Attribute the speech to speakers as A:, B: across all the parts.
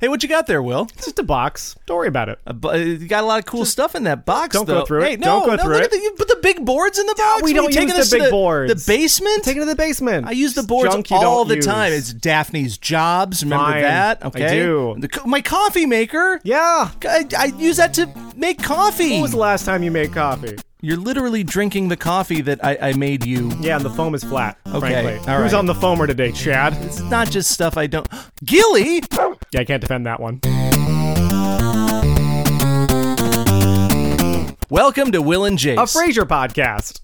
A: Hey, what you got there, Will?
B: It's just a box. Don't worry about it.
A: A bu- uh, You got a lot of cool stuff in that box.
B: don't go
A: though.
B: through it.
A: Hey, no,
B: Don't go
A: no,
B: through
A: look
B: it.
A: At the, you put the big boards in the box.
B: we
A: What are you
B: don't
A: taking
B: use
A: us
B: the
A: to
B: big boards.
A: The basement.
B: Take it to the basement.
A: I use the boards
B: Junk you
A: all
B: don't
A: the time.
B: use.
A: It's Daphne's jobs. Remember
B: Fine.
A: that?
B: I
A: Okay.
B: do.
A: The co- my coffee maker.
B: yeah.
A: I, I use that to make coffee.
B: When was the last time you made coffee?
A: You're literally drinking the coffee that I, I made you.
B: Yeah, and the foam is flat. Okay. Frankly.
A: all
B: Who's
A: right.
B: on the foamer today, Chad?
A: It's not just stuff I don't. Gilly.
B: Yeah, I can't defend that one.
A: Welcome to Will and Jace.
B: A Frasier podcast.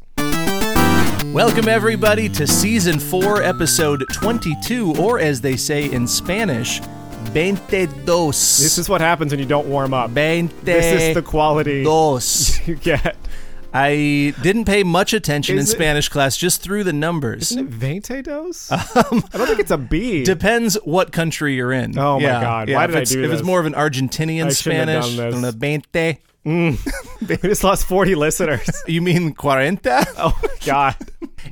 A: Welcome, everybody, to season four, episode 22, or as they say in Spanish, 22.
B: This is what happens when you don't warm up.
A: 22.
B: This is the quality you get.
A: I didn't pay much attention
B: Is
A: in
B: it-
A: Spanish class, just through the numbers.
B: Veinte dos?
A: Um,
B: I don't think it's a B.
A: Depends what country you're in.
B: Oh my God, why
A: if
B: did I
A: it's-
B: do
A: If it's
B: this?
A: more of an Argentinian
B: I shouldn't have
A: Spanish,
B: done this.
A: "20."
B: we just lost 40 listeners.
A: you mean 40?
B: oh, God.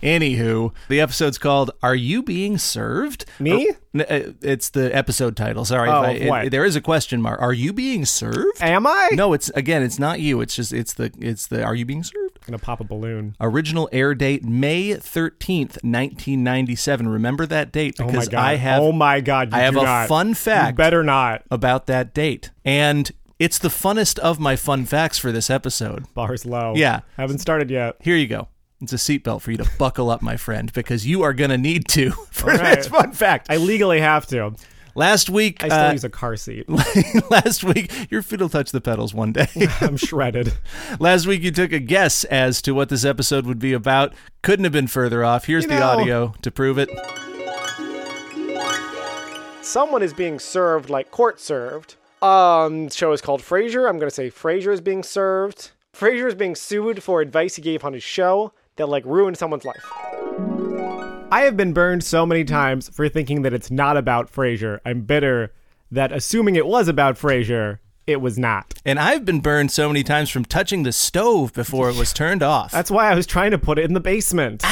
A: Anywho, the episode's called "Are You Being Served?"
B: Me?
A: Or- n- uh, it's the episode title. Sorry,
B: Oh,
A: if I-
B: what?
A: it- there is a question mark. Are you being served?
B: Am I?
A: no, it's again, it's not you. It's just it's the it's the "Are You Being Served?"
B: I'm going to pop a balloon.
A: Original air date May thirteenth, nineteen ninety seven. Remember that date
B: Oh, my
A: because
B: God.
A: I have
B: oh, my God. You
A: I have
B: do
A: a
B: not.
A: fun
B: You
A: fact
B: better not.
A: about that date, and it's the funnest of my fun facts for this episode.
B: Bar's low.
A: Yeah.
B: Haven't started yet.
A: Here you go. It's a seatbelt for you to buckle up, my friend, because you are going to need to for
B: All right.
A: this fun fact.
B: I legally have to.
A: Last week,
B: I still
A: uh,
B: use a car seat.
A: last week, your feet will touch the pedals one day.
B: I'm shredded.
A: last week, you took a guess as to what this episode would be about. Couldn't have been further off. Here's
B: You
A: the
B: know-
A: audio to prove it.
B: someone is being served like court served. Um, show is called Frasier. I'm gonna say Frasier is being served. Frasier is being sued for advice he gave on his show that like ruined someone's life. I have been burned so many times for thinking that it's not about Frasier. I'm bitter that assuming it was about Frasier, it was not.
A: And I've been burned so many times from touching the stove before it was turned off.
B: That's why I was trying to put it in the basement.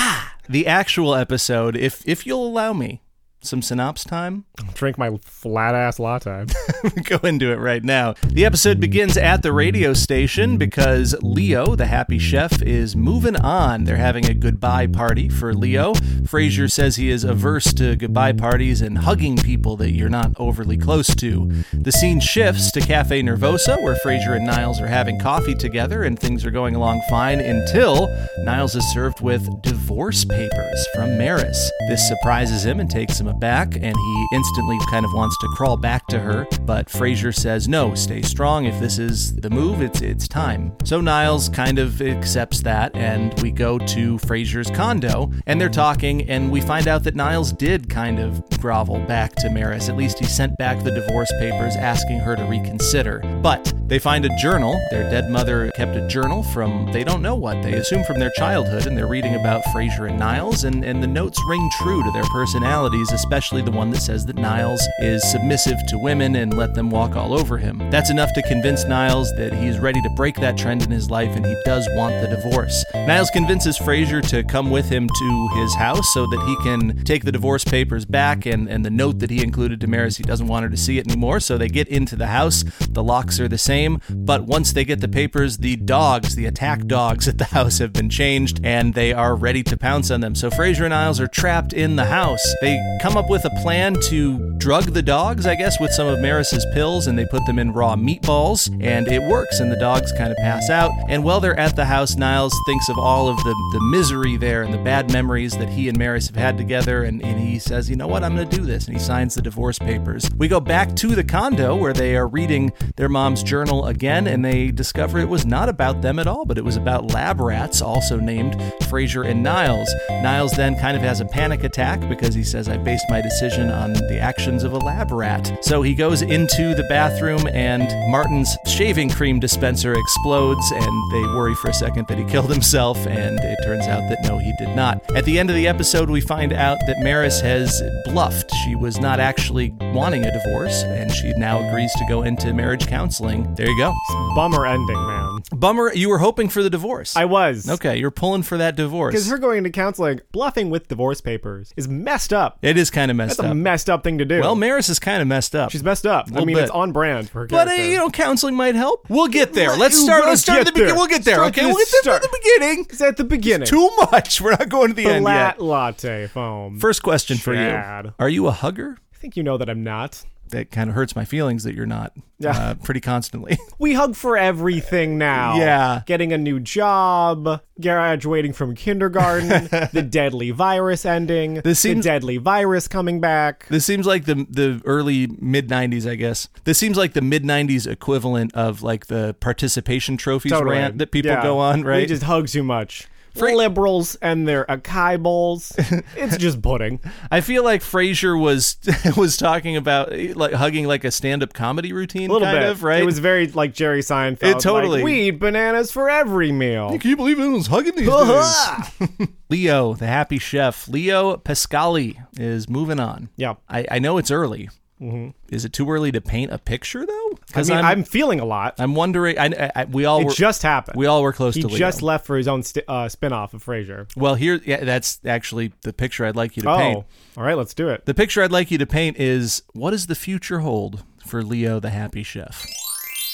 A: the actual episode, if if you'll allow me some synopsis time.
B: Drink my flat ass latte.
A: go into it right now. The episode begins at the radio station because Leo, the happy chef, is moving on. They're having a goodbye party for Leo. Frasier says he is averse to goodbye parties and hugging people that you're not overly close to. The scene shifts to Cafe Nervosa, where Frasier and Niles are having coffee together and things are going along fine until Niles is served with divorce papers from Maris. This surprises him and takes him aback, and he instantly kind of wants to crawl back to her, but Frasier says, No, stay strong. If this is the move, it's it's time. So Niles kind of accepts that, and we go to Frasier's condo, and they're talking, and we find out that Niles did kind of grovel back to Maris. At least he sent back the divorce papers asking her to reconsider. But they find a journal. Their dead mother kept a journal from they don't know what, they assume from their childhood, and they're reading about Frasier and Niles, and, and the notes ring true to their personalities, especially the one that says that Niles is submissive to women and let them walk all over him. That's enough to convince Niles that he's ready to break that trend in his life and he does want the divorce. Niles convinces Frasier to come with him to his house so that he can take the divorce papers back and, and the note that he included to Maris. He doesn't want her to see it anymore, so they get into the house. The locks are the same, but once they get the papers, the dogs, the attack dogs at the house have been changed and they are ready to pounce on them. So Frasier and Niles are trapped in the house. They come up with a plan to drug the dogs, I guess, with some of Maris's pills and they put them in raw meatballs and it works and the dogs kind of pass out. And while they're at the house, Niles thinks of all of the, the misery there and the bad memories that he and Maris have had together and, and he says, you know what, I'm going to do this. And he signs the divorce papers. We go back to the condo where they are reading their mom's journal again and they discover it was not about them at all, but it was about lab rats, also named Frasier and Niles. Niles then kind of has a panic attack because he says, I based my decision on the actions of a lab rat. So he goes into the bathroom and Martin's shaving cream dispenser explodes and they worry for a second that he killed himself and it turns out that no, he did not. At the end of the episode, we find out that Maris has bluffed. She was not actually wanting a divorce and she now agrees to go into marriage counseling. There you go.
B: Bummer ending, man. wrong.
A: Bummer, you were hoping for the divorce.
B: I was.
A: okay, you're pulling for that
B: Because
A: divorce.
B: her going into counseling, bluffing with divorce papers is messed up.
A: it is kind of messed
B: It's a
A: up.
B: messed up thing to do.
A: well, Maris is kind of messed up.
B: she's messed up. I
A: Little
B: mean,
A: bit.
B: it's on brand for her
A: But uh,
B: character.
A: you know, counseling might help. We'll get there.
B: Let-
A: Let's
B: you
A: start.
B: wanna
A: Let's start at the
B: get
A: beginning.
B: there.
A: We'll get there.
B: Start
A: okay,
B: from
A: we'll
B: the
A: get there from
B: start.
A: the beginning.
B: it's at the beginning.
A: Too much. We're not going to the,
B: the
A: end
B: lat
A: yet.
B: latte foam.
A: First question for you:
B: Chad.
A: Are you a hugger?
B: I think you know that I'm not.
A: That kind of hurts my feelings that you're not.
B: Yeah.
A: Uh, pretty constantly.
B: We hug for everything now.
A: Yeah.
B: Getting a new job, graduating from kindergarten, the deadly virus ending,
A: This seems-
B: the deadly virus coming back.
A: This seems like the the early mid '90s, I guess. This seems like the mid '90s equivalent of like the participation trophies
B: Totally.
A: rant that people
B: Yeah.
A: go on,
B: We
A: right?
B: just hug too much. Liberals and their acai bowls. it's just pudding.
A: I feel like Frasier was was talking about eh, like hugging like a stand up comedy routine,
B: A little
A: kind
B: bit.
A: of, right?
B: It was very like Jerry Seinfeld.
A: It totally-
B: Like, we eat bananas for every meal. Uh-huh.
A: Can you believe anyone's hugging these Uh-huh. Leo, the happy chef, Leo Pascali is moving on.
B: yeah. Mm-hmm.
A: I, I know it's early. Is it too early to paint a picture though?
B: I
A: Because
B: mean, I'm,
A: I'm, I'm
B: feeling a lot.
A: wondering. I, I- I- we all
B: It
A: were,
B: just happened.
A: we all were close
B: he
A: to Leo.
B: just left for his own sti uh, spin-off of Frasier.
A: Well, here, yeah, that's actually the picture I'd like you to
B: Oh,
A: paint.
B: all right, let's do it.
A: The picture I'd like you to paint is what does the future hold for Leo the Happy Chef?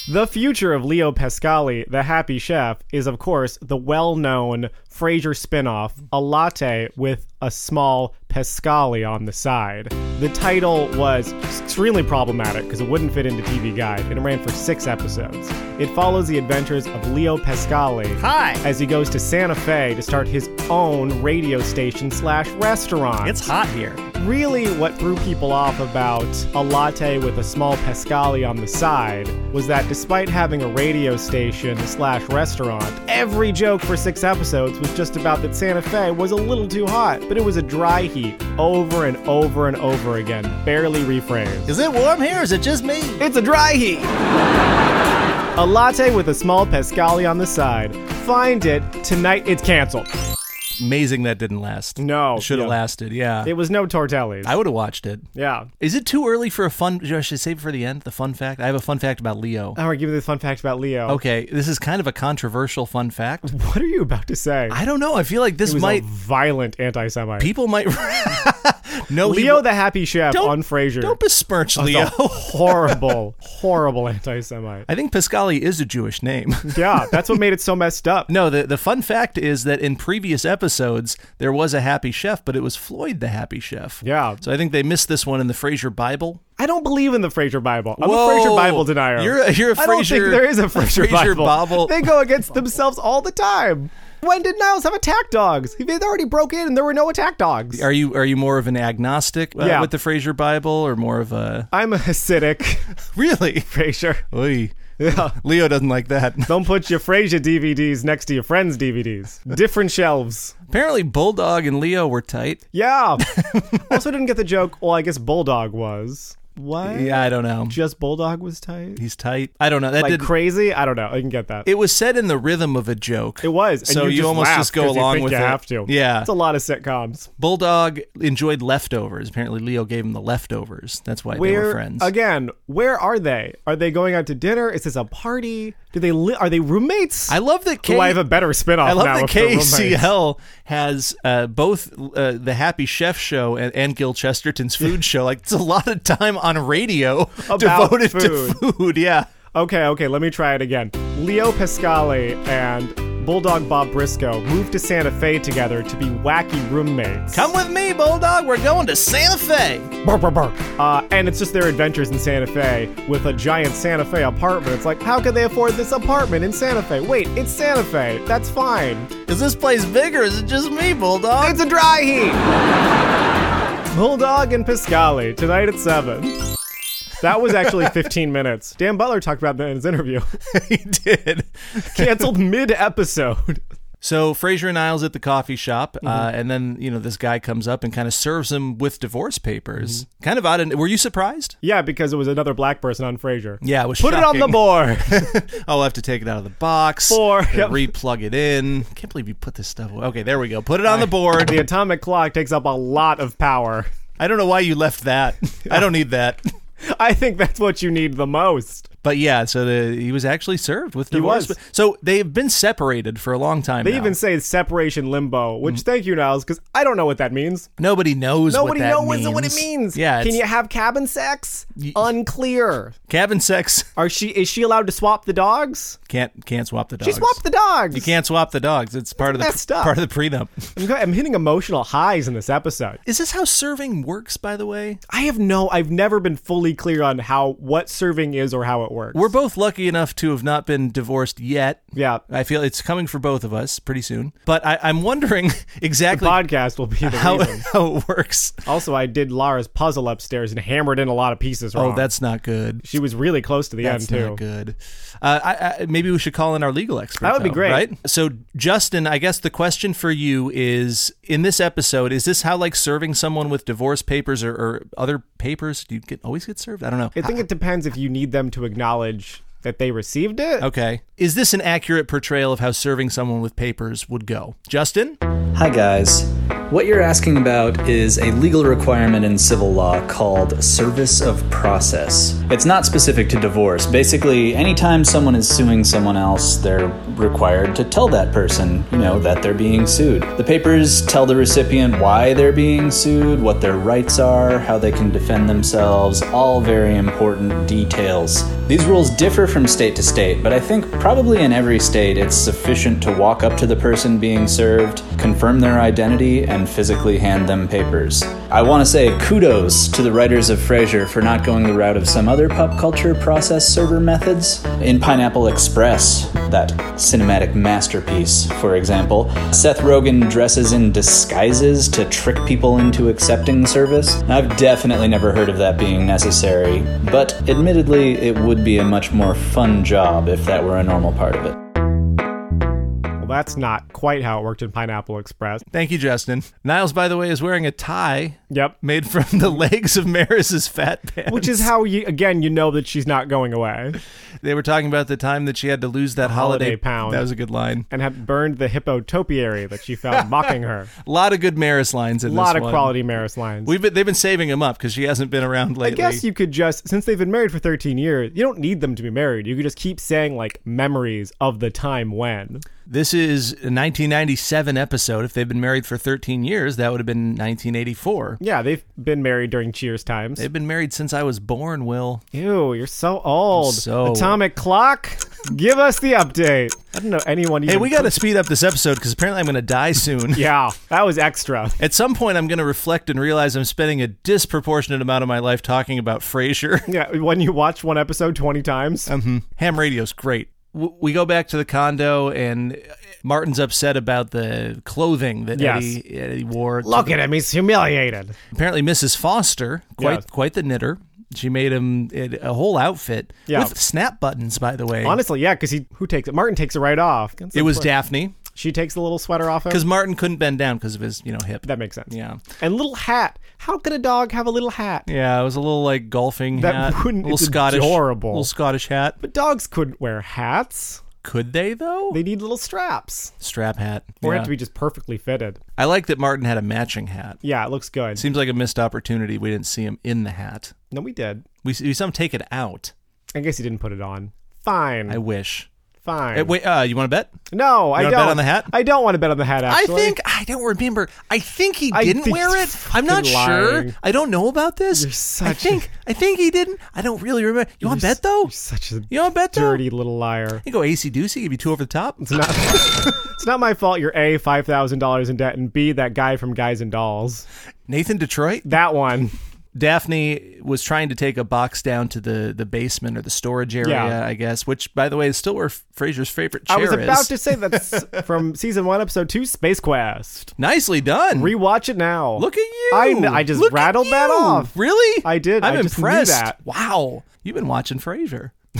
B: The future of Leo Pescali, the happy chef, is of course the well-known Frasier spin-off, A Latte with a Small Pescali on the side. The title was extremely problematic because it wouldn't fit into TV Guide and it ran for 6 episodes. It follows the adventures of Leo Pescali
A: Hi.
B: as he goes to Santa Fe to start his own radio station slash restaurant.
A: hot here.
B: Really, what threw people off about a latte with a small pescali on the side was that despite having a radio station slash restaurant, every joke for six episodes was just about that Santa Fe was a little too hot, but it was a dry heat over and over and over again, barely rephrased.
A: Is it warm here? Is it just me?
B: It's a dry heat! a latte with a small pescali on the side. Find it. Tonight it's canceled.
A: Amazing that didn't last.
B: No.
A: It should have
B: yeah.
A: lasted, yeah.
B: It was no tortellis.
A: I would have watched it.
B: yeah.
A: Is it too early for a fun? Should I save it for the end? The fun fact? I have a fun fact about Leo.
B: All right, give me this fun fact about Leo.
A: Okay, this is kind of a controversial fun fact.
B: What are you about to say?
A: I don't know. I feel like this
B: He was
A: might.
B: a violent anti-Semite.
A: People might. no, he
B: Leo
A: wa-
B: the Oh, Happy Chef
A: Don't-
B: on Frasier.
A: Don't besmirch
B: It's a
A: Leo.
B: horrible, horrible anti-Semite.
A: I think Pascali is a Jewish name.
B: Yeah, that's what made it so messed up.
A: No, the, the fun fact is that in previous episodes there was a happy chef, but it was Floyd the happy chef.
B: Yeah.
A: So I think they missed this one in the Fraser Bible.
B: I don't believe in the Frasier Bible. I'm
A: Whoa.
B: a Frasier Bible denier.
A: You're a- you're a
B: I don't think
A: Frasier-
B: there is
A: a
B: a Frasier,
A: Frasier
B: Bible.
A: Bible-
B: They go against themselves all the time. When did Niles have attack dogs? They already broke in and there were no attack dogs.
A: Are you are you more of an agnostic uh,
B: Yeah.
A: with the Fraser Bible or more of a
B: I'm a Hasidic
A: Really?
B: Frasier.
A: Oy.
B: Yeah.
A: Leo doesn't like that.
B: Don't put your Frasier DVDs next to your friends' DVDs. Different shelves.
A: Apparently Bulldog and Leo were tight.
B: Yeah. also didn't get the joke. Well, I guess Bulldog was. What?
A: Yeah, I don't know.
B: Just Bulldog was tight?
A: He's tight. I don't know. That
B: Like
A: didn't
B: crazy? I don't know. I can get that. It,
A: it was said in the rhythm of a joke.
B: was. And
A: so you,
B: you, just
A: almost
B: laugh
A: just go
B: 'cause you
A: along
B: think
A: with
B: you
A: it.
B: have to.
A: Yeah.
B: It's a lot of sitcoms.
A: Bulldog enjoyed leftovers. Apparently Leo gave him the leftovers. That's why they were
B: Where
A: friends.
B: again? Where are they? Are they going out to dinner? Is this a party? Do they li- are they roommates?
A: I love that Kay,
B: Ooh, I have a better spinoff
A: I love
B: now.
A: that
B: if they're roommates.
A: KCL has uh, both uh, the Happy Chef show and, and Gil Chesterton's food show. Like it's a lot of time on radio
B: About
A: devoted to food. Yeah,
B: Okay, okay, let me try it again. Leo Pescali and Bulldog Bob Briscoe moved to Santa Fe together to be wacky roommates.
A: come with me, Bulldog. We're going to Santa Fe.
B: Bark, bark, bark. Uh, and it's just their adventures in Santa Fe with a giant Santa Fe apartment. It's like, how could they afford this apartment in Santa Fe? Wait, it's Santa Fe. That's fine.
A: Is this place big or is it just me, Bulldog?
B: It's a dry heat. Bulldog and Piscali tonight at seven. That was actually 15 minutes. Dan Butler talked about that in his interview.
A: he did.
B: Canceled mid episode.
A: So Fraser and Niles at the coffee shop, uh,
B: Mm-hmm.
A: and then you know this guy comes up and kind of serves him with divorce papers.
B: Mm-hmm.
A: Kind of odd. And were you surprised?
B: Yeah, because it was another black person on Frasier.
A: Yeah, it was.
B: Put it on the
A: shocking.
B: board.
A: I'll have to take it out of the box.
B: Four,
A: and
B: yep.
A: Replug it in. Can't believe you put this stuff away. Okay, there we go. Put it on the board.
B: the atomic clock takes up a lot of power.
A: I don't know why you left that. I don't need that.
B: I think that's what you need the most.
A: But yeah, so the, he was actually served with divorce.
B: was.
A: So they've been separated for a long time.
B: They
A: now.
B: even say it's separation limbo,
A: Mm-hmm.
B: which thank you, Niles, because I don't know what that means.
A: nobody knows.
B: Nobody
A: what that
B: knows
A: means.
B: what it means.
A: Yeah,
B: Can
A: it's
B: you have cabin sex? Unclear.
A: cabin sex
B: Are she is she allowed to swap the dogs?
A: can't can't swap the dogs.
B: She swapped the dogs.
A: You can't swap the dogs. It's part of the
B: messed up.
A: part of the prenup.
B: I'm, go- I'm hitting emotional highs in this episode.
A: Is this how serving works? By the way,
B: I have no. I've never been fully clear on how what serving is or how it works.
A: we're both lucky enough to have not been divorced yet.
B: yeah.
A: I feel it's coming for both of us pretty soon. But I, I'm wondering exactly
B: Podcast will be the
A: how,
B: reason.
A: how it works.
B: Also, I did Lara's puzzle upstairs and hammered in a lot of pieces wrong.
A: Oh, that's not good.
B: she was really close to the
A: That's
B: end too.
A: not good. Uh, I, I, maybe we should call in our legal expert.
B: That would be
A: though,
B: great.
A: right? So, Justin, I guess the question for you is: in this episode, is this how like serving someone with divorce papers or, or other papers? Do you get always get served? I don't know.
B: I think it depends if you need them to acknowledge that they received it.
A: okay, is this an accurate portrayal of how serving someone with papers would go, Justin?
C: Hi, guys. What you're asking about is a legal requirement in civil law called service of process. It's not specific to divorce. Basically, anytime someone is suing someone else, they're required to tell that person, you know, that they're being sued. The papers tell the recipient why they're being sued, what their rights are, how they can defend themselves, all very important details. These rules differ from state to state, but I think probably in every state it's sufficient to walk up to the person being served, confirm their identity, and physically hand them papers. I want to say kudos to the writers of Frasier for not going the route of some other pop culture process server methods. In Pineapple Express, that cinematic masterpiece, for example, Seth Rogen dresses in disguises to trick people into accepting service. Now, I've definitely never heard of that being necessary, but admittedly, it would be a much more fun job if that were a normal part of it.
B: Well, that's not quite how it worked in Pineapple Express.
A: Thank you, Justin. Niles, by the way, is wearing a tie
B: Yep.
A: made from the legs of Maris's fat pants.
B: Which is how you again you know that she's not going away
A: they were talking about the time that she had to lose that holiday,
B: holiday pound.
A: That was a good line.
B: and had burned the hippo topiary that she found mocking her.
A: A lot of good Maris lines in
B: A
A: this
B: lot of
A: one.
B: quality Maris lines.
A: We've been, they've been saving him up because she hasn't been around
B: I
A: lately.
B: guess you could just since they've been married for 13 years, you don't need them to be married. You could just keep saying like memories of the time when.
A: This is a 1997 episode. If they've been married for 13 years, that would have been 1984.
B: Yeah, they've been married during Cheers times.
A: They've been married since I was born, Will.
B: Ew, you're so old.
A: so-
B: Atomic clock, give us the update. I don't know anyone.
A: Hey, we got to speed up this episode because apparently I'm going to die soon.
B: Yeah, that was extra.
A: At some point, I'm going to reflect and realize I'm spending a disproportionate amount of my life talking about Frasier.
B: Yeah, when you watch one episode 20 times.
A: Ham radio's great. W- We go back to the condo, and Martin's upset about the clothing that
B: Yes.
A: Eddie, Eddie wore. to
B: Look at him, he's humiliated.
A: apparently Mrs. Foster, quite
B: Yes.
A: quite the knitter. She made him it- a whole outfit
B: Yeah.
A: with snap buttons, by the way.
B: Honestly, yeah, because he who takes it? Martin takes it right off.
A: it was Daphne
B: she takes the little sweater off him.
A: because Martin couldn't bend down because of his you know hip.
B: That makes sense.
A: yeah,
B: And little hat. How could a dog have a little hat?
A: yeah. It was a little like golfing
B: That
A: hat,
B: wouldn't-
A: little
B: it's
A: Scottish,
B: adorable.
A: little Scottish hat.
B: But dogs couldn't wear hats.
A: Could they though?
B: They need little straps.
A: Strap hat.
B: Or
A: Yeah.
B: have to be just perfectly fitted.
A: I like that Martin had a matching hat.
B: Yeah, it looks good.
A: Seems like a missed opportunity. We didn't see him in the hat.
B: no, we did.
A: We we some take it out.
B: I guess he didn't put it on. Fine.
A: I wish.
B: fine.
A: Eh, wait, uh, you want to bet?
B: no, I
A: wanna
B: don't.
A: bet on the hat?
B: I don't want to bet on the hat, actually.
A: I think I don't remember. I think he
B: I
A: didn't
B: think
A: wear
B: he's
A: it. I'm not
B: fucking
A: sure.
B: lying.
A: I don't know about this.
B: such
A: I
B: a-
A: think I think he didn't. I don't really remember. You want to
B: You're
A: bet
B: s-
A: though?
B: You're such a
A: You want to bet though?
B: dirty little liar.
A: You go AC Deucey, give you two over the top.
B: It's not, it's not my fault you're A, $5,000 in debt, and B, that guy from Guys and Dolls.
A: Nathan Detroit.
B: That one.
A: Daphne was trying to take a box down to the, the basement or the storage area,
B: Yeah.
A: I guess. Which, by the way, is still where Fraser's favorite chair
B: I was
A: is.
B: about to say that's from season one, episode two, Space Quest.
A: Nicely done.
B: Rewatch it now.
A: Look at you.
B: I, kn- I just
A: Look at
B: rattled that
A: you.
B: off.
A: Really?
B: I did.
A: I'm
B: I just knew
A: impressed.
B: that.
A: Wow. You've been watching Frasier.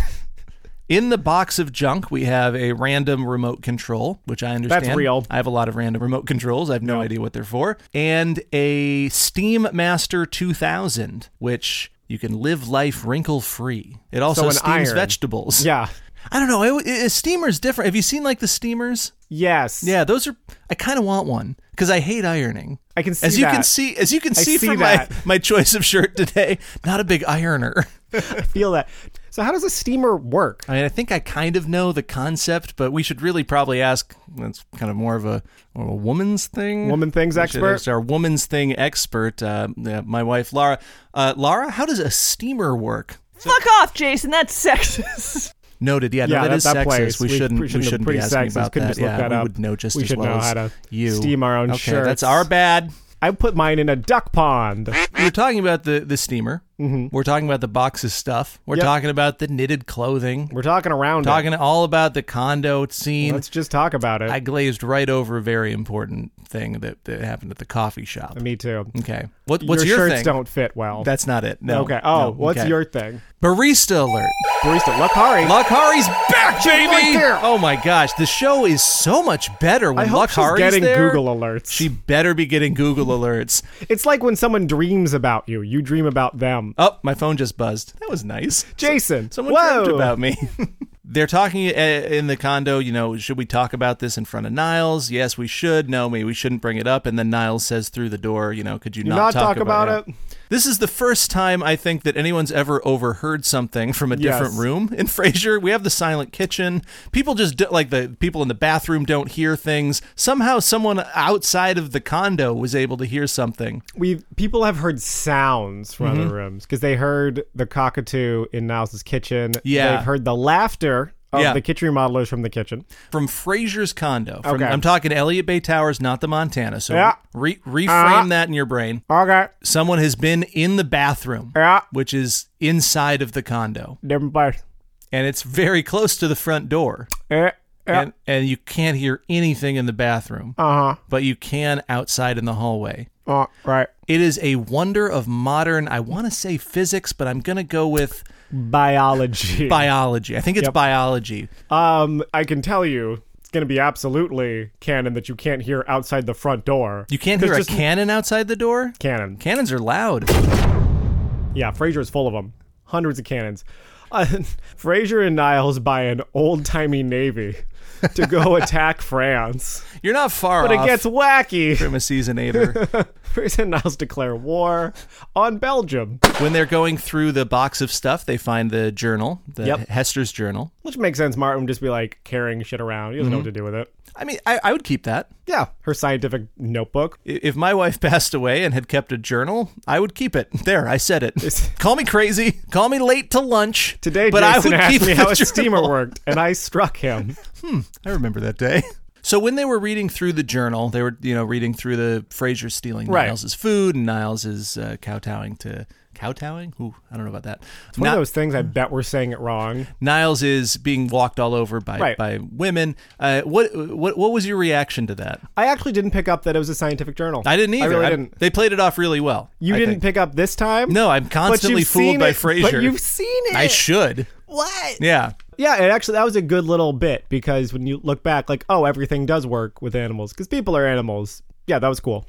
A: In the box of junk, we have a random remote control, which I understand.
B: real.
A: I have a lot of random remote controls. I have no idea what they're for. And a Steam Master 2000, which you can live life wrinkle free. It also
B: So an
A: steams
B: iron.
A: vegetables.
B: Yeah.
A: I don't know. It, it, a steamer's different. Have you seen like the steamers?
B: Yes.
A: Yeah, those are. I kind of want one because I hate ironing.
B: I can see
A: as you can
B: that.
A: see as you can see,
B: see
A: from my
B: that.
A: my choice of shirt today. Not a big ironer.
B: I feel that. So how does a steamer work?
A: I mean, I think I kind of know the concept, but we should really probably ask. That's kind of more of a, more of a woman's thing.
B: Woman things
A: We should
B: expert?
A: ask Our woman's thing expert. Uh, yeah, my wife, Laura. Uh, Laura, how does a steamer work?
D: Fuck off, Jason. That's sexist.
A: Noted. Yeah,
B: Yeah,
A: no,
B: that-
A: is
B: that
A: sexist.
B: place.
A: We,
B: We
A: shouldn't.
B: pre-
A: we
B: shouldn't-
A: shouldn't be
B: pretty
A: asking
B: sexist.
A: about
B: Couldn't
A: that.
B: just look
A: yeah,
B: that
A: we
B: up.
A: would know just
B: We
A: as
B: should
A: well
B: know
A: as
B: how to
A: you.
B: steam our own
A: Okay, that's
B: shirts.
A: our bad.
B: I put mine in a duck pond.
A: We We're talking about the the steamer. We're talking about the boxes stuff. We're
B: Mm-hmm. Yep.
A: talking about the knitted clothing. We're
B: We're talking around. it.
A: talking all about the condo scene.
B: Let's just talk about it.
A: I glazed right over a very important thing that, that happened at the coffee shop.
B: Me too.
A: Okay. What, what's your,
B: your, shirts
A: thing?
B: don't fit well.
A: That's not it. No.
B: okay. Oh,
A: No.
B: what's
A: Okay.
B: your thing?
A: barista alert?
B: Barista Lakari.
A: Luckhari's back, baby!
B: right there.
A: Oh my gosh, the show is so much better when
B: I hope she's
A: Luckhari's
B: getting
A: there.
B: Google alerts.
A: She better be getting Google alerts.
B: it's like when someone dreams about you, you dream about them.
A: Oh, my phone just buzzed. That was nice.
B: Jason,
A: Someone
B: whoa.
A: dreamt about me. They're talking uh, in the condo, you know, should we talk about this in front of Niles? Yes, we should. No, me, we shouldn't bring it up. And then Niles says through the door, you know, could you,
B: not talk about
A: yeah.
B: it?
A: This is the first time I think that anyone's ever overheard something from a different
B: Yes.
A: room in Frasier. We have the silent kitchen. People just do, like the people in the bathroom don't hear things. Somehow someone outside of the condo was able to hear something.
B: we people have heard sounds from
A: Mm-hmm.
B: other rooms because they heard the cockatoo in Niles' kitchen.
A: Yeah.
B: they've heard the laughter of
A: Yeah.
B: the kitchen remodelers from the kitchen.
A: from Frasier's condo. From,
B: Okay.
A: I'm talking Elliott Bay Towers, not the Montana. So
B: Yeah.
A: re- reframe
B: Uh-huh.
A: that in your brain.
B: Okay,
A: Someone has been in the bathroom,
B: Yeah.
A: which is inside of the condo,
B: different place.
A: and it's very close to the front door.
B: Uh
A: And, and you can't hear anything in the bathroom,
B: huh.
A: but you can outside in the hallway.
B: Uh, right.
A: It is a wonder of modern, I want to say physics, but I'm going to go with
B: Biology.
A: biology. I think it's
B: Yep.
A: biology.
B: um, I can tell you. It's going to be absolutely canon that you can't hear outside the front door.
A: You can't
B: 'Cause
A: hear a
B: just
A: cannon outside the door?
B: Canon.
A: Cannons are loud.
B: Yeah, Frasier is full of them. Hundreds of cannons. Uh, Frasier and Niles buy an old timey navy to go attack France,
A: You're not far
B: but
A: off.
B: it gets wacky.
A: from a season eighter
B: Frasier and Niles declare war on Belgium,
A: when they're going through the box of stuff they find the journal the
B: Yep.
A: hester's journal
B: which makes sense. Martin would just be like carrying shit around. He doesn't know what to do with it.
A: i mean i, I would keep that
B: Yeah, her scientific notebook.
A: I- if my wife passed away and had kept a journal i would keep it there i said it call me crazy call me late to lunch
B: Today,
A: but
B: Jason
A: i would
B: asked
A: keep
B: me
A: the
B: how a
A: journal.
B: steamer worked, and I struck him.
A: i remember that day so when they were reading through the journal they were you know reading through the fraser stealing
B: Right.
A: Niles' food and Niles is uh, kowtowing to kowtowing Ooh, i don't know about that
B: It's one
A: Ni-
B: of those things I bet we're saying it wrong.
A: Niles is being walked all over by
B: Right.
A: by women. Uh, what what what was your reaction to that?
B: I actually didn't pick up that it was a scientific journal.
A: I didn't either.
B: I really didn't.
A: They played it off really well.
B: You
A: I
B: didn't
A: think.
B: pick up this time?
A: No, I'm constantly
B: you've seen
A: fooled by
B: it-
A: Frasier.
B: But you've seen it.
A: I should.
B: what?
A: Yeah.
B: Yeah, and actually, that was a good little bit because when you look back, like, oh, everything does work with animals because people are animals. Yeah, that was cool.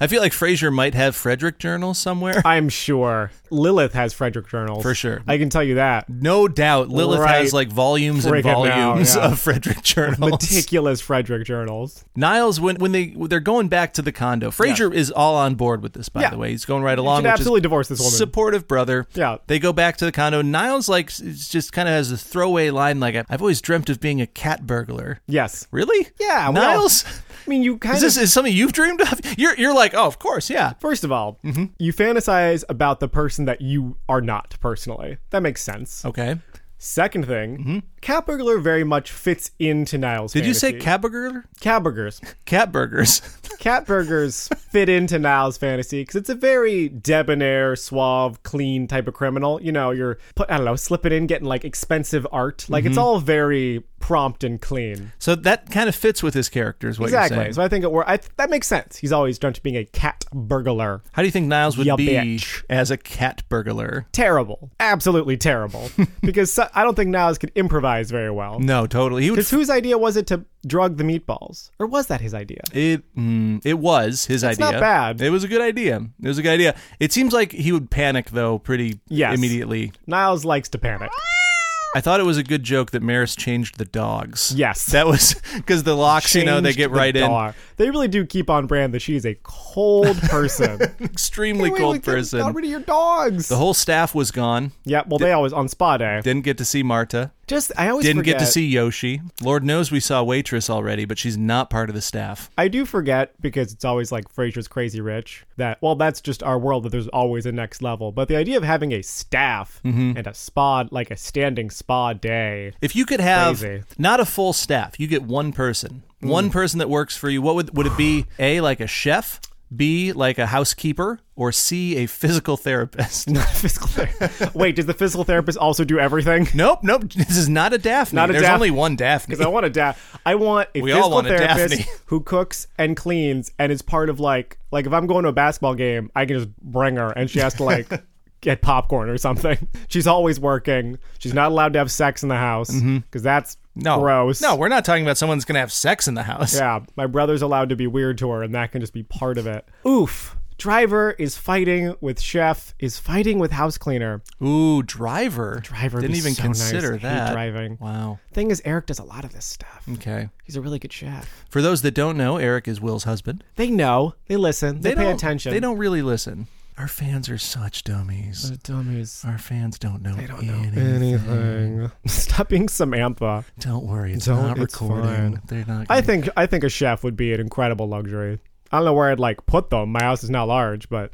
A: I feel like Frasier might have Frederick journals somewhere.
B: I'm sure Lilith has Frederick journals
A: For sure.
B: I can tell you that
A: no doubt, Lilith
B: Right.
A: has like volumes and
B: Freaking now,
A: volumes
B: yeah.
A: of Frederick journals.
B: meticulous Frederick journals.
A: Niles, when when they when they're going back to the condo, Frasier is all on board with this. By
B: Yeah.
A: the way, he's going right along.
B: should
A: which is
B: absolutely divorce this woman.
A: Supportive brother.
B: Yeah.
A: They go back to the condo. Niles like s- just kind of has a throwaway line like, "I've always dreamt of being a cat burglar."
B: Yes.
A: Really?
B: Yeah, we all-
A: Niles.
B: I mean, you kind
A: Is
B: of.
A: this is something you've dreamed of? You're you're like, oh, of course, yeah.
B: First of all,
A: Mm-hmm.
B: you fantasize about the person that you are not personally. That makes sense.
A: Okay.
B: Second thing, cat burglar very much fits into Niles.
A: Mm-hmm. Did you say cat burglar?
B: cat burgers?
A: Cat burgers.
B: cat burgers fit into Niles' fantasy because it's a very debonair, suave, clean type of criminal. You know, you're put, I don't know, slipping in, getting like expensive art. Like it's all very prompt and clean.
A: so that kind of fits with his character, is what you're
B: Exactly.
A: saying.
B: So I think it were I, that makes sense. He's always dreamt of being a cat burglar.
A: How do you think Niles would
B: Ya
A: be
B: bitch.
A: as a cat burglar?
B: Terrible, absolutely terrible. because so- I don't think Niles could improvise very well.
A: No, totally. He would.
B: Because whose idea was it to drug the meatballs, or was that his idea?
A: It mm, it was his idea.
B: not bad.
A: It was a good idea. It was a good idea. It seems like he would panic though pretty
B: Yes.
A: immediately.
B: Niles likes to panic.
A: I thought it was a good joke that Maris changed the dogs.
B: Yes.
A: That was because the locks, you know, they
B: Changed
A: get
B: the
A: right in.
B: door. They really do keep on brand that she's a cold person.
A: Extremely
B: Wait,
A: cold
B: like, get-
A: person.
B: Got rid of your dogs.
A: the whole staff was gone.
B: yeah, well, they always on spa day.
A: Didn't get to see Marta.
B: Just I always
A: Didn't
B: forget.
A: get to see Yoshi. Lord knows we saw Waitress already, but she's not part of the staff.
B: I do forget because it's always like Frasier's Crazy Rich that well that's just our world that there's always a next level. But the idea of having a staff
A: Mm-hmm.
B: and a spa like a standing spa day.
A: If you could have
B: Crazy. Mm.
A: not a full staff, you get one person, one person that works for you. What would would it be? A like a chef, B like a housekeeper, or C a physical therapist?
B: Physical ther- Wait, does the physical therapist also do everything?
A: nope, nope. This is not a Daphne.
B: Not a
A: There's
B: Daph-
A: only one Daphne.
B: Because I want a da- I want a
A: We all
B: physical
A: want a
B: therapist
A: Daphne.
B: who cooks and cleans and is part of like like if I'm going to a basketball game, I can just bring her and she has to like get popcorn or something. She's always working. She's not allowed to have sex in the house because that's
A: Mm-hmm. no,
B: gross.
A: No, we're not talking about someone that's going to have sex in the house.
B: Yeah, my brother's allowed to be weird to her, and that can just be part of it. Oof. Driver is fighting with chef, is fighting with house cleaner.
A: Ooh, driver.
B: Driver would
A: didn't
B: be
A: even
B: so nice.
A: consider
B: I hate
A: that. Mm.
B: driving.
A: Wow.
B: Thing is, Eric does a lot of this stuff.
A: Okay.
B: He's a really good chef.
A: For those that don't know, Eric is Will's husband.
B: They know. They listen. They, pay
A: don't-
B: attention.
A: They don't really listen. Our fans are such dummies.
B: Dummies.
A: Our fans don't know
B: Don't know
A: anything.
B: anything. Stop being Samantha.
A: Don't worry, it's
B: Don't-
A: not
B: it's
A: recording.
B: fine.
A: They're not.
B: I
A: gonna-
B: think I think a chef would be an incredible luxury. I don't know where I'd like put them. My house is not large, but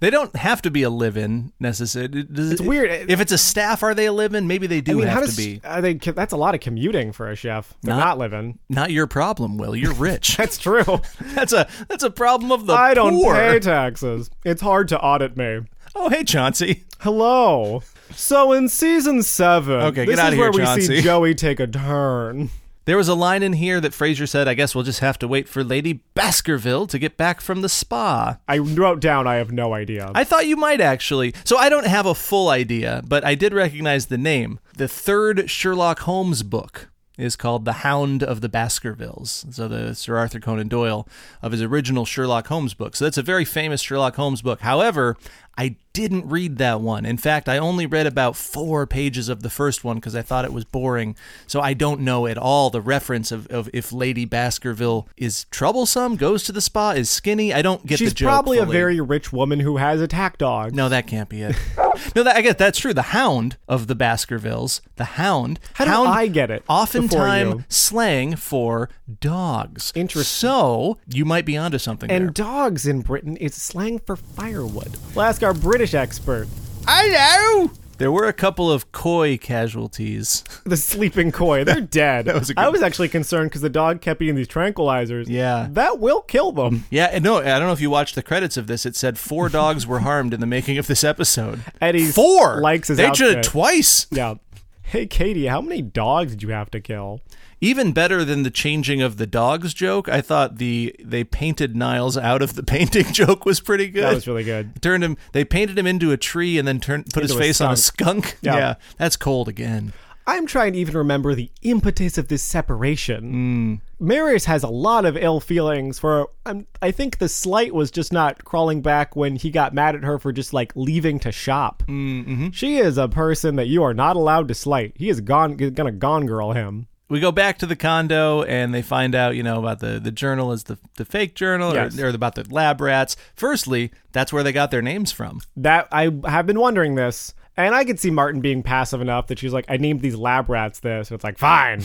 A: they don't have to be a live-in necessarily. It's
B: weird.
A: If it's a staff, are they a live-in? Maybe they do
B: I mean,
A: have
B: how
A: to
B: does
A: be.
B: are they? That's a lot of commuting for a chef. They're
A: Not-
B: not living.
A: Not your problem, Will. You're rich.
B: That's true.
A: that's a that's a problem of the
B: I don't
A: poor.
B: pay taxes. It's hard to audit me.
A: Oh, hey, Chauncey.
B: Hello. So in season seven,
A: Okay,
B: this
A: get outta
B: is
A: here,
B: where we
A: Chauncey.
B: see Joey take a turn.
A: There was a line in here that Fraser said. I guess we'll just have to wait for Lady Baskerville to get back from the spa.
B: I wrote down. I have no idea.
A: I thought you might actually. So I don't have a full idea, but I did recognize the name. The third Sherlock Holmes book is called The Hound of the Baskervilles. So the Sir Arthur Conan Doyle of his original Sherlock Holmes book. So that's a very famous Sherlock Holmes book. However, I didn't read that one. In fact, I only read about 4 pages of the first one because I thought it was boring. So I don't know at all the reference of, of if Lady Baskerville is troublesome, goes to the spa, is skinny. I don't get
B: She's
A: the joke.
B: probably a
A: fully.
B: very rich woman who has attack dogs.
A: No, that can't be it. no, that, I guess that's true. The hound of the Baskervilles, the hound.
B: How do
A: hound,
B: I get it before
A: Oftentimes
B: you?
A: slang for dogs.
B: Interesting.
A: So you might be onto something
B: And
A: there.
B: dogs in Britain is slang for firewood. We'll ask our British expert,
A: I know. There were a couple of coy casualties.
B: the sleeping koi. They're dead.
A: was a good
B: I was actually concerned because the dog kept eating these tranquilizers.
A: Yeah.
B: That will kill them.
A: Yeah, and no, I don't know if you watched the credits of this. It said four dogs were harmed in the making of this episode.
B: Eddie
A: four
B: likes his
A: They did
B: outfit.
A: it twice.
B: Yeah. Hey, Katie, how many dogs did you have to kill?
A: Even better than the changing of the dogs joke, I thought the they painted Niles out of the painting joke was pretty good.
B: That was really good.
A: turned him they painted him into a tree and then turned put his
B: Into a
A: face on a skunk yeah.
B: Yeah.
A: that's cold again
B: I'm trying to even remember the impetus of this separation. Marius has a lot of ill feelings for. Um, I think the slight was just not crawling back when he got mad at her for just like leaving to shop. Mm-hmm. She is a person that you are not allowed to slight. He is gone, gonna gone girl him.
A: we go back to the condo and they find out you know about the the journal is the the fake journal
B: Yes.
A: or, or about the lab rats firstly that's where they got their names from
B: That I have been wondering this. And I could see Martin being passive enough that she's like, I named these lab rats this. And it's like, fine.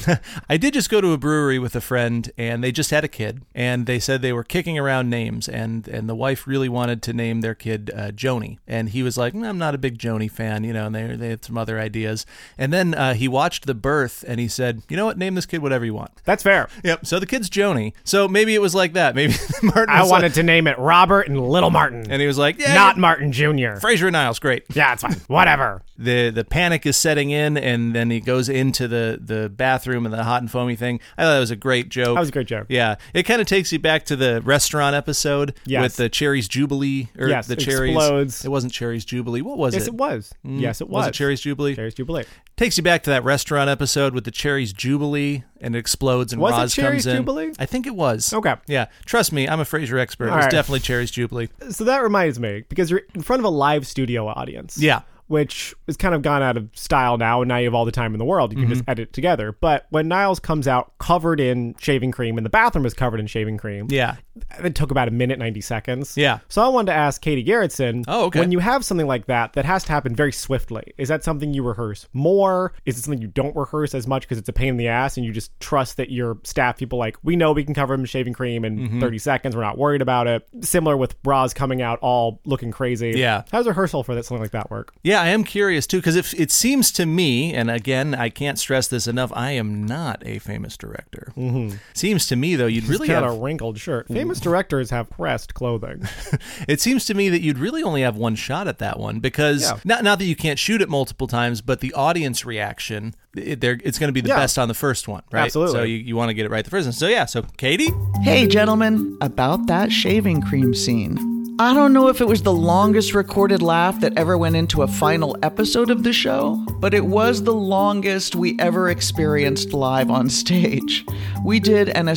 A: I did just go to a brewery with a friend and they just had a kid and they said they were kicking around names and and the wife really wanted to name their kid uh, Joni and he was like "Mm, I'm not a big Joni fan you know and they they had some other ideas and then uh, he watched the birth and he said you know what name this kid whatever you want
B: That's fair.
A: yep so the kid's Joni so maybe it was like that maybe Martin
B: I
A: was
B: wanted
A: like,
B: to name it Robert and Little Martin.
A: and he was like yeah
B: not
A: yeah,
B: Martin Jr.
A: Fraser and Niles great
B: Yeah, it's fine. Whatever.
A: the the panic is setting in and then he goes into the the bathroom and the hot and foamy thing i thought that was a great joke
B: That was a great joke.
A: yeah it kind of takes you back to the restaurant episode
B: Yes.
A: with the cherries jubilee or
B: Yes,
A: the cherries
B: explodes.
A: it wasn't cherries jubilee what was
B: Yes,
A: it
B: it was. Yes, it Mm. was.
A: it cherries jubilee
B: Cherry's Jubilee.
A: takes you back to that restaurant episode with the cherries jubilee and it explodes and
B: Was it
A: Roz
B: Cherries
A: comes in
B: Jubilee?
A: i think it was
B: Okay.
A: yeah trust me i'm a frasier expert it was
B: right.
A: definitely cherries jubilee
B: So that reminds me, because you're in front of a live studio audience.
A: yeah
B: which has kind of gone out of style now, and now you have all the time in the world. You can just edit it together. But when Niles comes out covered in shaving cream, and the bathroom is covered in shaving cream,
A: Yeah.
B: it took about a minute, 90 seconds.
A: Yeah.
B: So I wanted to ask Katie Garrettson,
A: Oh, okay.
B: when you have something like that that has to happen very swiftly, is that something you rehearse more? Is it something you don't rehearse as much because it's a pain in the ass and you just trust that your staff people like, we know we can cover them in shaving cream in
A: Mm-hmm.
B: 30 seconds. We're not worried about it. Similar with bras coming out all looking crazy.
A: Yeah.
B: How's rehearsal for that something like that work?
A: Yeah, I am curious too, because it, it seems to me, and again, I can't stress this enough, I am not a famous director. Mm-hmm. Seems to me, though, you'd really
B: Got
A: have,
B: a wrinkled shirt. Famous directors have pressed clothing.
A: it seems to me that you'd really only have one shot at that one because not not that you can't shoot it multiple times, but the audience reaction, it, they're- it's going to be the
B: Yeah.
A: best on the first one, right?
B: Absolutely.
A: So you, you want to get it right the first one. So yeah, so Katie,
E: Hey, gentlemen, about that shaving cream scene. I don't know if it was the longest recorded laugh that ever went into a final episode of the show, but it was the longest we ever experienced live on stage. We did an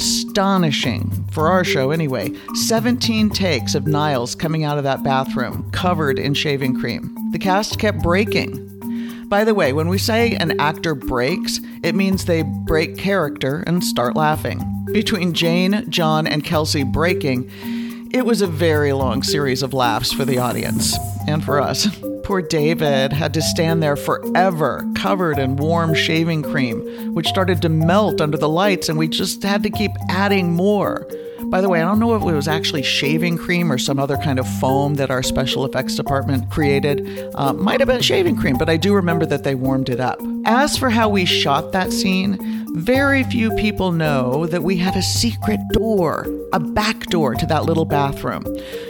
E: astonishing, for our show anyway, 17 takes of Niles coming out of that bathroom covered in shaving cream. The cast kept breaking. By the way, when we say an actor breaks, it means they break character and start laughing. Between Jane, John, and Kelsey breaking, it was a very long series of laughs for the audience and for us. Poor David had to stand there forever, covered in warm shaving cream, which started to melt under the lights, and we just had to keep adding more. By the way, I don't know if it was actually shaving cream or some other kind of foam that our special effects department created. Uh, might have been shaving cream, but I do remember that they warmed it up. As for how we shot that scene, very few people know that we had a secret door, a back door to that little bathroom.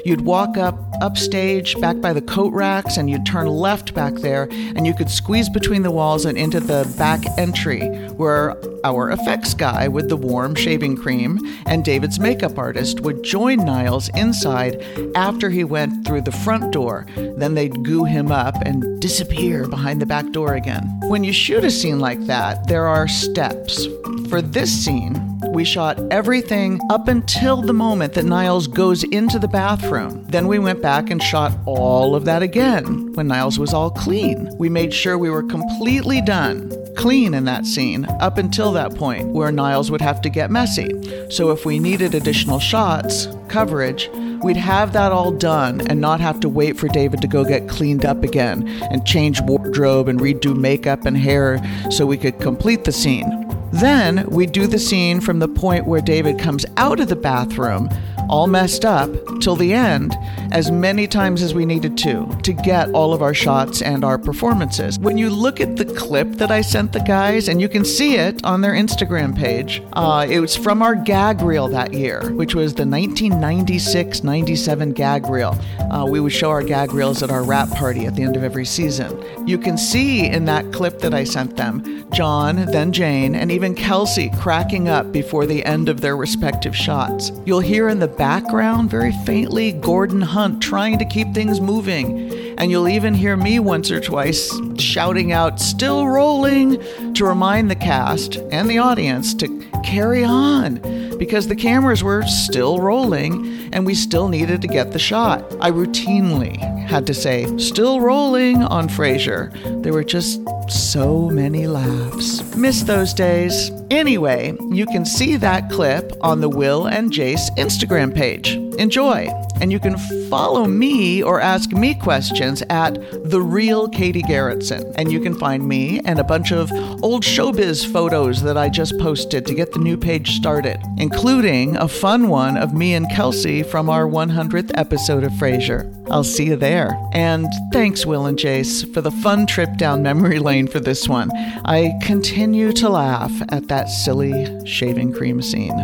E: You'd walk up upstage, back by the coat racks, and you'd turn left back there, and you could squeeze between the walls and into the back entry where our effects guy with the warm shaving cream and David's makeup artist would join Niles inside after he went through the front door. Then they'd goo him up and disappear behind the back door again. When you shoot a scene like that, there are steps. For this scene, we shot everything up until the moment that Niles goes into the bathroom. Then we went back and shot all of that again when Niles was all clean. We made sure we were completely done, clean in that scene, up until that point where Niles would have to get messy. So if we needed additional shots, coverage, we'd have that all done and not have to wait for David to go get cleaned up again and change wardrobe and redo makeup and hair so we could complete the scene. Then we do the scene from the point where David comes out of the bathroom, all messed up, till the end, as many times as we needed to, to get all of our shots and our performances. When you look at the clip that I sent the guys, and you can see it on their Instagram page, uh, it was from our gag reel that year, which was the 1996 97 gag reel. Uh, we would show our gag reels at our rap party at the end of every season. You can see in that clip that I sent them John, then Jane, and even Kelsey cracking up before the end of their respective shots. You'll hear in the background, very faintly, Gordon Hunt trying to keep things moving. And you'll even hear me once or twice shouting out, still rolling, to remind the cast and the audience to carry on because the cameras were still rolling and we still needed to get the shot. I routinely had to say, still rolling on Frasier. There were just so many laughs. Miss those days. Anyway, you can see that clip on the Will and Jace Instagram page. Enjoy. And you can follow me or ask me questions at The Real Katie Garrettson. And you can find me and a bunch of old showbiz photos that I just posted to get the new page started, including a fun one of me and Kelsey from our 100th episode of Frasier. I'll see you there. And thanks, Will and Jace, for the fun trip down memory lane for this one. I continue to laugh at that silly shaving cream scene.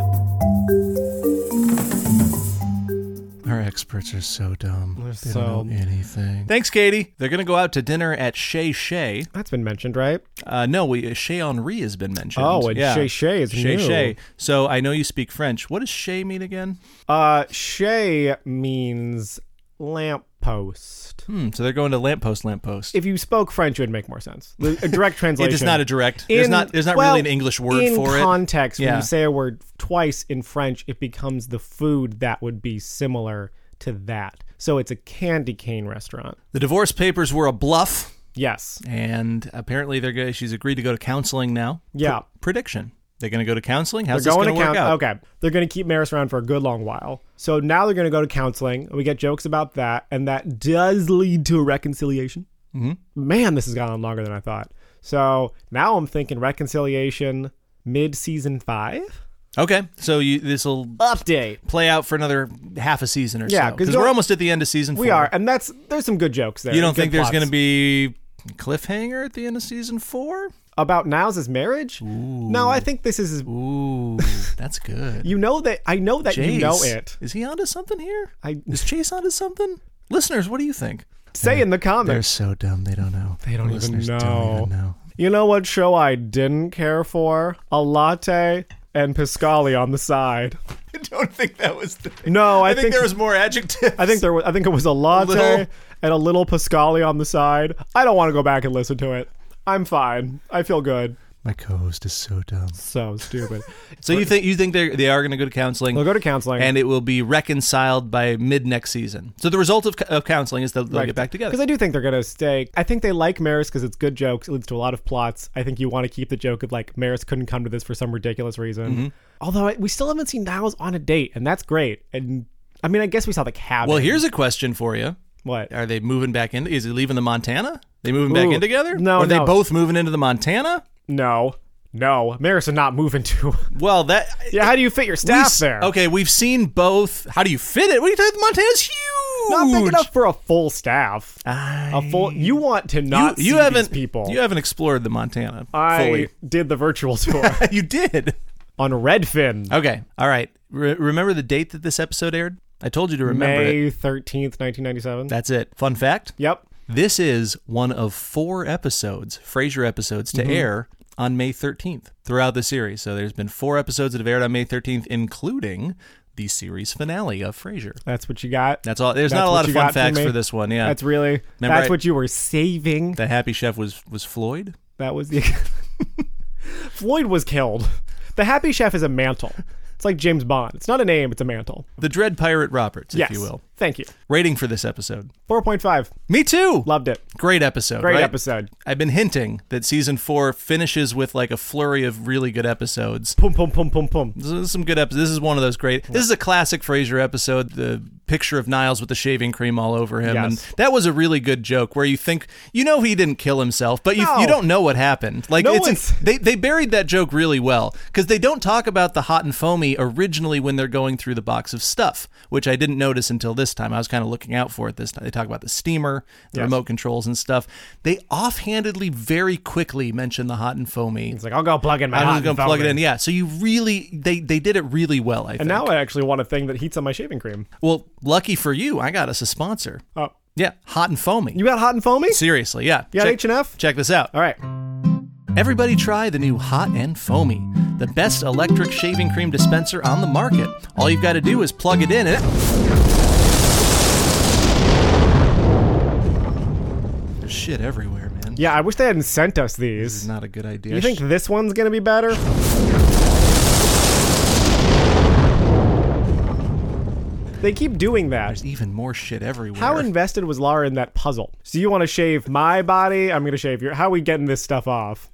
A: our experts are so dumb. They're
B: They don't so- know
A: anything. Thanks, Katie. They're going to go out to dinner at Chez Chez.
B: That's been mentioned, right?
A: Uh, no, we, Chez Henri has been mentioned.
B: Oh, and Chez Chez is
A: Chez
B: new.
A: Chez. So I know you speak French. What does Chez mean again?
B: Uh, Shay means lamppost.
A: Hmm, so they're going to lamppost, lamppost.
B: If you spoke French, it would make more sense. The- A direct translation.
A: It is not a direct. there's
B: In-
A: not. There's not
B: well,
A: really an English word
B: in
A: for it.
B: Context. When
A: Yeah.
B: you say a word twice in French, it becomes the food that would be similar to that. So it's a candy cane restaurant.
A: The divorce papers were a bluff.
B: Yes.
A: and apparently they're going she's agreed to go to counseling now.
B: Yeah.
A: Prediction: They're going to go to counseling. How's
B: They're
A: this
B: going
A: going
B: to
A: work
B: count.
A: out?
B: Okay, they're going to keep Maris around for a good long while. So now they're going to go to counseling. We get jokes about that, and that does lead to a reconciliation. Mm-hmm. Man, this has gone on longer than I thought. So now I'm thinking reconciliation mid season five
A: Okay, so you, this will
B: update.
A: play out for another half a season or
B: Yeah,
A: so
B: 'cause
A: because
B: you're-
A: we're almost at the end of season. Four.
B: We are, and that's there's some good jokes there.
A: You don't
B: Good
A: think there's
B: plots.
A: going to be cliffhanger at the end of season four?
B: about now's his marriage? No, I think this is.
A: Ooh, that's good.
B: You know that I know that you know
A: Jace,
B: it.
A: Is he onto something here?
B: I
A: Is Chase onto something? Listeners, what do you think?
B: say in the
A: They're
B: comments.
A: so dumb they don't know. They
B: don't even
A: Listeners
B: know.
A: Don't even know.
B: You know what show I didn't care for? A latte and Piscali on the side.
A: I don't think that was the.
B: No, I,
A: I, think, there was more adjectives.
B: I think there was. I think it was a latte
A: little-
B: and a little Piscali on the side. I don't want to go back and listen to it. I'm fine. I feel good.
A: my co-host is so dumb.
B: So stupid.
A: So you think you think they they are going to go to counseling?
B: They'll go to counseling.
A: and it will be reconciled by mid next season. So the result of, of counseling is that they'll get back together.
B: Because I do think they're going to stay. I think they like Maris because it's good jokes. It leads to a lot of plots. I think you want to keep the joke of like Maris couldn't come to this for some ridiculous reason.
A: Mm-hmm.
B: Although I, we still haven't seen Niles on a date, and that's great. And I mean, I guess we saw the cabin.
A: Well, here's a question for you:
B: what?
A: Are they moving back in? Is he leaving the Montana? They moving back
B: Ooh,
A: in together?
B: no,
A: Or Are they
B: no.
A: both moving into the Montana?
B: No, no, Maris would not move into.
A: Well, that
B: yeah, how do you fit your
A: we
B: staff
A: s-
B: there?
A: Okay, we've seen both. How do you fit it? What do you think? The Montana's huge.
B: not big enough for a full staff. A full. You want to
A: You,
B: not
A: you
B: see these
A: haven't
B: people.
A: You haven't explored the Montana
B: I
A: fully.
B: did the virtual tour
A: you did.
B: on Redfin,
A: Okay. All right. Re- remember the date that this episode aired? I told you to remember it.
B: May thirteenth, nineteen ninety-seven.
A: That's it. Fun fact.
B: Yep.
A: This is one of four episodes, Frasier episodes,
B: Mm-hmm.
A: to air on May 13th throughout the series. So there's been four episodes that have aired on May 13th, including the series finale of Frasier.
B: That's what you got.
A: That's all. There's
B: That's
A: not a
B: what
A: lot
B: you
A: of fun
B: got for
A: facts
B: me?
A: for, this one. Yeah,
B: That's really
A: Remember
B: that's
A: I-
B: what you were saving.
A: the Happy Chef was was Floyd.
B: That was the Floyd was killed. The Happy Chef is a mantle. It's like James Bond. It's not a name. It's a mantle.
A: The Dread Pirate Roberts,
B: yes.
A: if you will.
B: Thank you.
A: Rating for this episode.
B: Four point five.
A: Me too.
B: Loved it.
A: Great episode.
B: Great
A: right?
B: episode.
A: I've been hinting that season four finishes with like a flurry of really good episodes.
B: Pum pum pum pum pum.
A: This is some good episodes. This is one of those great. This is a classic Frasier episode. The picture of Niles with the shaving cream all over him,
B: Yes.
A: and that was a really good joke. Where you think you know he didn't kill himself, but you,
B: No.
A: you don't know what happened. Like
B: No
A: it's
B: one's-
A: they they buried that joke really well because they don't talk about the hot and foamy originally when they're going through the box of stuff, which I didn't notice until this time. I was kind of looking out for it this time. They talk about the steamer, the remote controls, and stuff. They offhandedly, very quickly mention the hot and foamy.
B: It's like I'll go plug in my.
A: I'm
B: hot
A: just gonna
B: and
A: plug it
B: foamy.
A: in. Yeah. So you really they they did it really well. I think.
B: And now I actually want a thing that heats on my shaving cream.
A: well, lucky for you, I got us a sponsor.
B: Oh,
A: Yeah, hot and foamy.
B: you got hot and foamy?
A: Seriously, yeah.
B: You got
A: Check-
B: H and F?
A: Check this out.
B: All right.
A: Everybody try the new Hot and Foamy, the best electric shaving cream dispenser on the market. All you've got to do is plug it in and it. There's shit everywhere, man.
B: Yeah, I wish they hadn't sent us
A: This
B: these.
A: is not a good idea.
B: You think this one's gonna be better? They keep doing that.
A: There's even more shit everywhere.
B: How invested was Lara in that puzzle? So you want to shave my body? I'm gonna shave your. How are we getting this stuff off?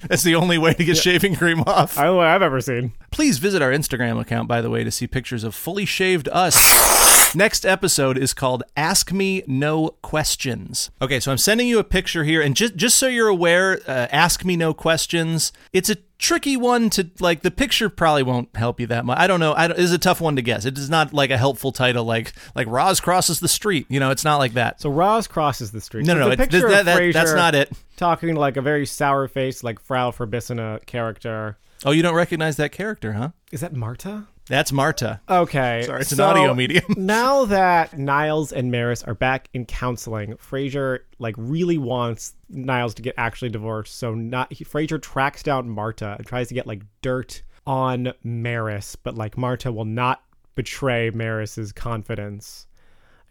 A: That's the only way to get shaving cream off.
B: I don't know I've ever seen.
A: Please visit our Instagram account, by the way, to see pictures of fully shaved us. Next episode is called Ask Me No Questions. Okay, so I'm sending you a picture here, and just, just so you're aware, uh, Ask Me No Questions, it's a tricky one to like the picture probably won't help you that much i don't know I don't, it's a tough one to guess it is not like a helpful title like like roz crosses the street you know it's not like that
B: So Roz crosses the street.
A: no
B: So
A: no no
B: it's a
A: it's-
B: picture
A: that-
B: of
A: that- that's
B: Frasier
A: not it
B: Talking to like a very sour faced, like Frau Forbissina character.
A: oh you don't recognize that character huh
B: Is that Marta?
A: that's marta
B: Okay.
A: Sorry, it's an
B: so
A: audio medium.
B: now that Niles and Maris are back in counseling, Frasier like really wants Niles to get actually divorced. So not he, Frasier tracks down Marta and tries to get like dirt on Maris, but like Marta will not betray Maris's confidence.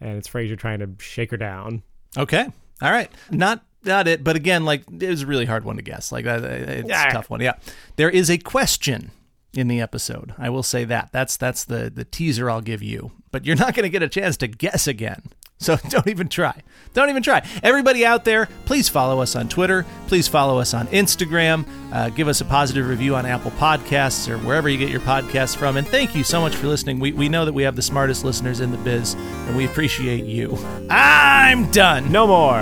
B: And it's Frasier trying to shake her down.
A: Okay. All right. Not not it, but again, like it was a really hard one to guess. Like that, it's a
B: Yeah.
A: tough one. Yeah. There is a question in the episode. I will say that. That's that's the the teaser I'll give you. But you're not going to get a chance to guess again. So don't even try. Don't even try. Everybody out there, please follow us on Twitter. Please follow us on Instagram. Uh, give us a positive review on Apple Podcasts or wherever you get your podcasts from. And thank you so much for listening. We, we know that we have the smartest listeners in the biz, and we appreciate you. I'm done.
B: No more.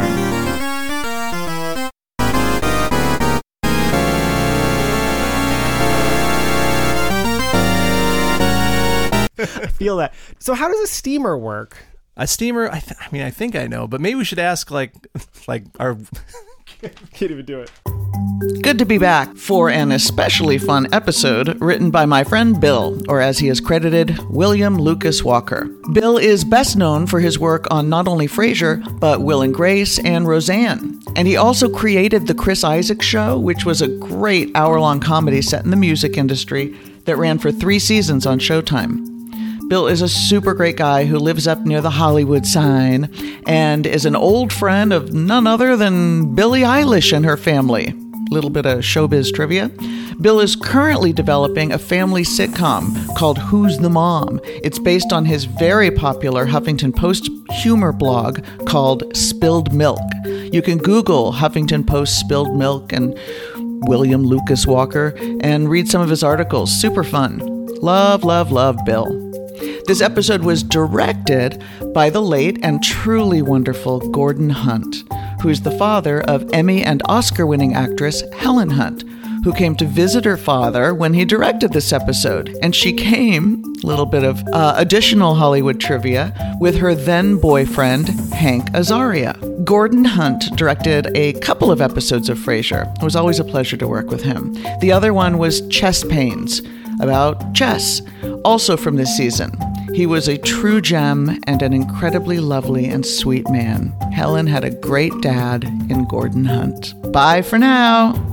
B: I feel that. So, how does a steamer work?
A: A steamer. I, th- I mean, I think I know, but maybe we should ask like, like our.
B: Can't even do it.
E: Good to be back for an especially fun episode written by my friend Bill, or as he is credited, William Lucas Walker. Bill is best known for his work on not only Frasier, but Will and Grace and Roseanne. And he also created The Chris Isaac Show, which was a great hour long comedy set in the music industry that ran for three seasons on Showtime. Bill is a super great guy who lives up near the Hollywood sign and is an old friend of none other than Billie Eilish and her family. Little bit of showbiz trivia. Bill is currently developing a family sitcom called Who's the Mom? It's based on his very popular Huffington Post humor blog called Spilled Milk. You can Google Huffington Post Spilled Milk and William Lucas Walker and read some of his articles. Super fun. Love, love, love Bill. This episode was directed by the late and truly wonderful Gordon Hunt, who's the father of Emmy and Oscar winning actress Helen Hunt, who came to visit her father when he directed this episode. And she came, little bit of uh, additional Hollywood trivia, with her then boyfriend, Hank Azaria. Gordon Hunt directed a couple of episodes of Frasier. It was always a pleasure to work with him. The other one was Chest Pains about chess, also from this season. He was a true gem and an incredibly lovely and sweet man. Helen had a great dad in Gordon Hunt. Bye for now.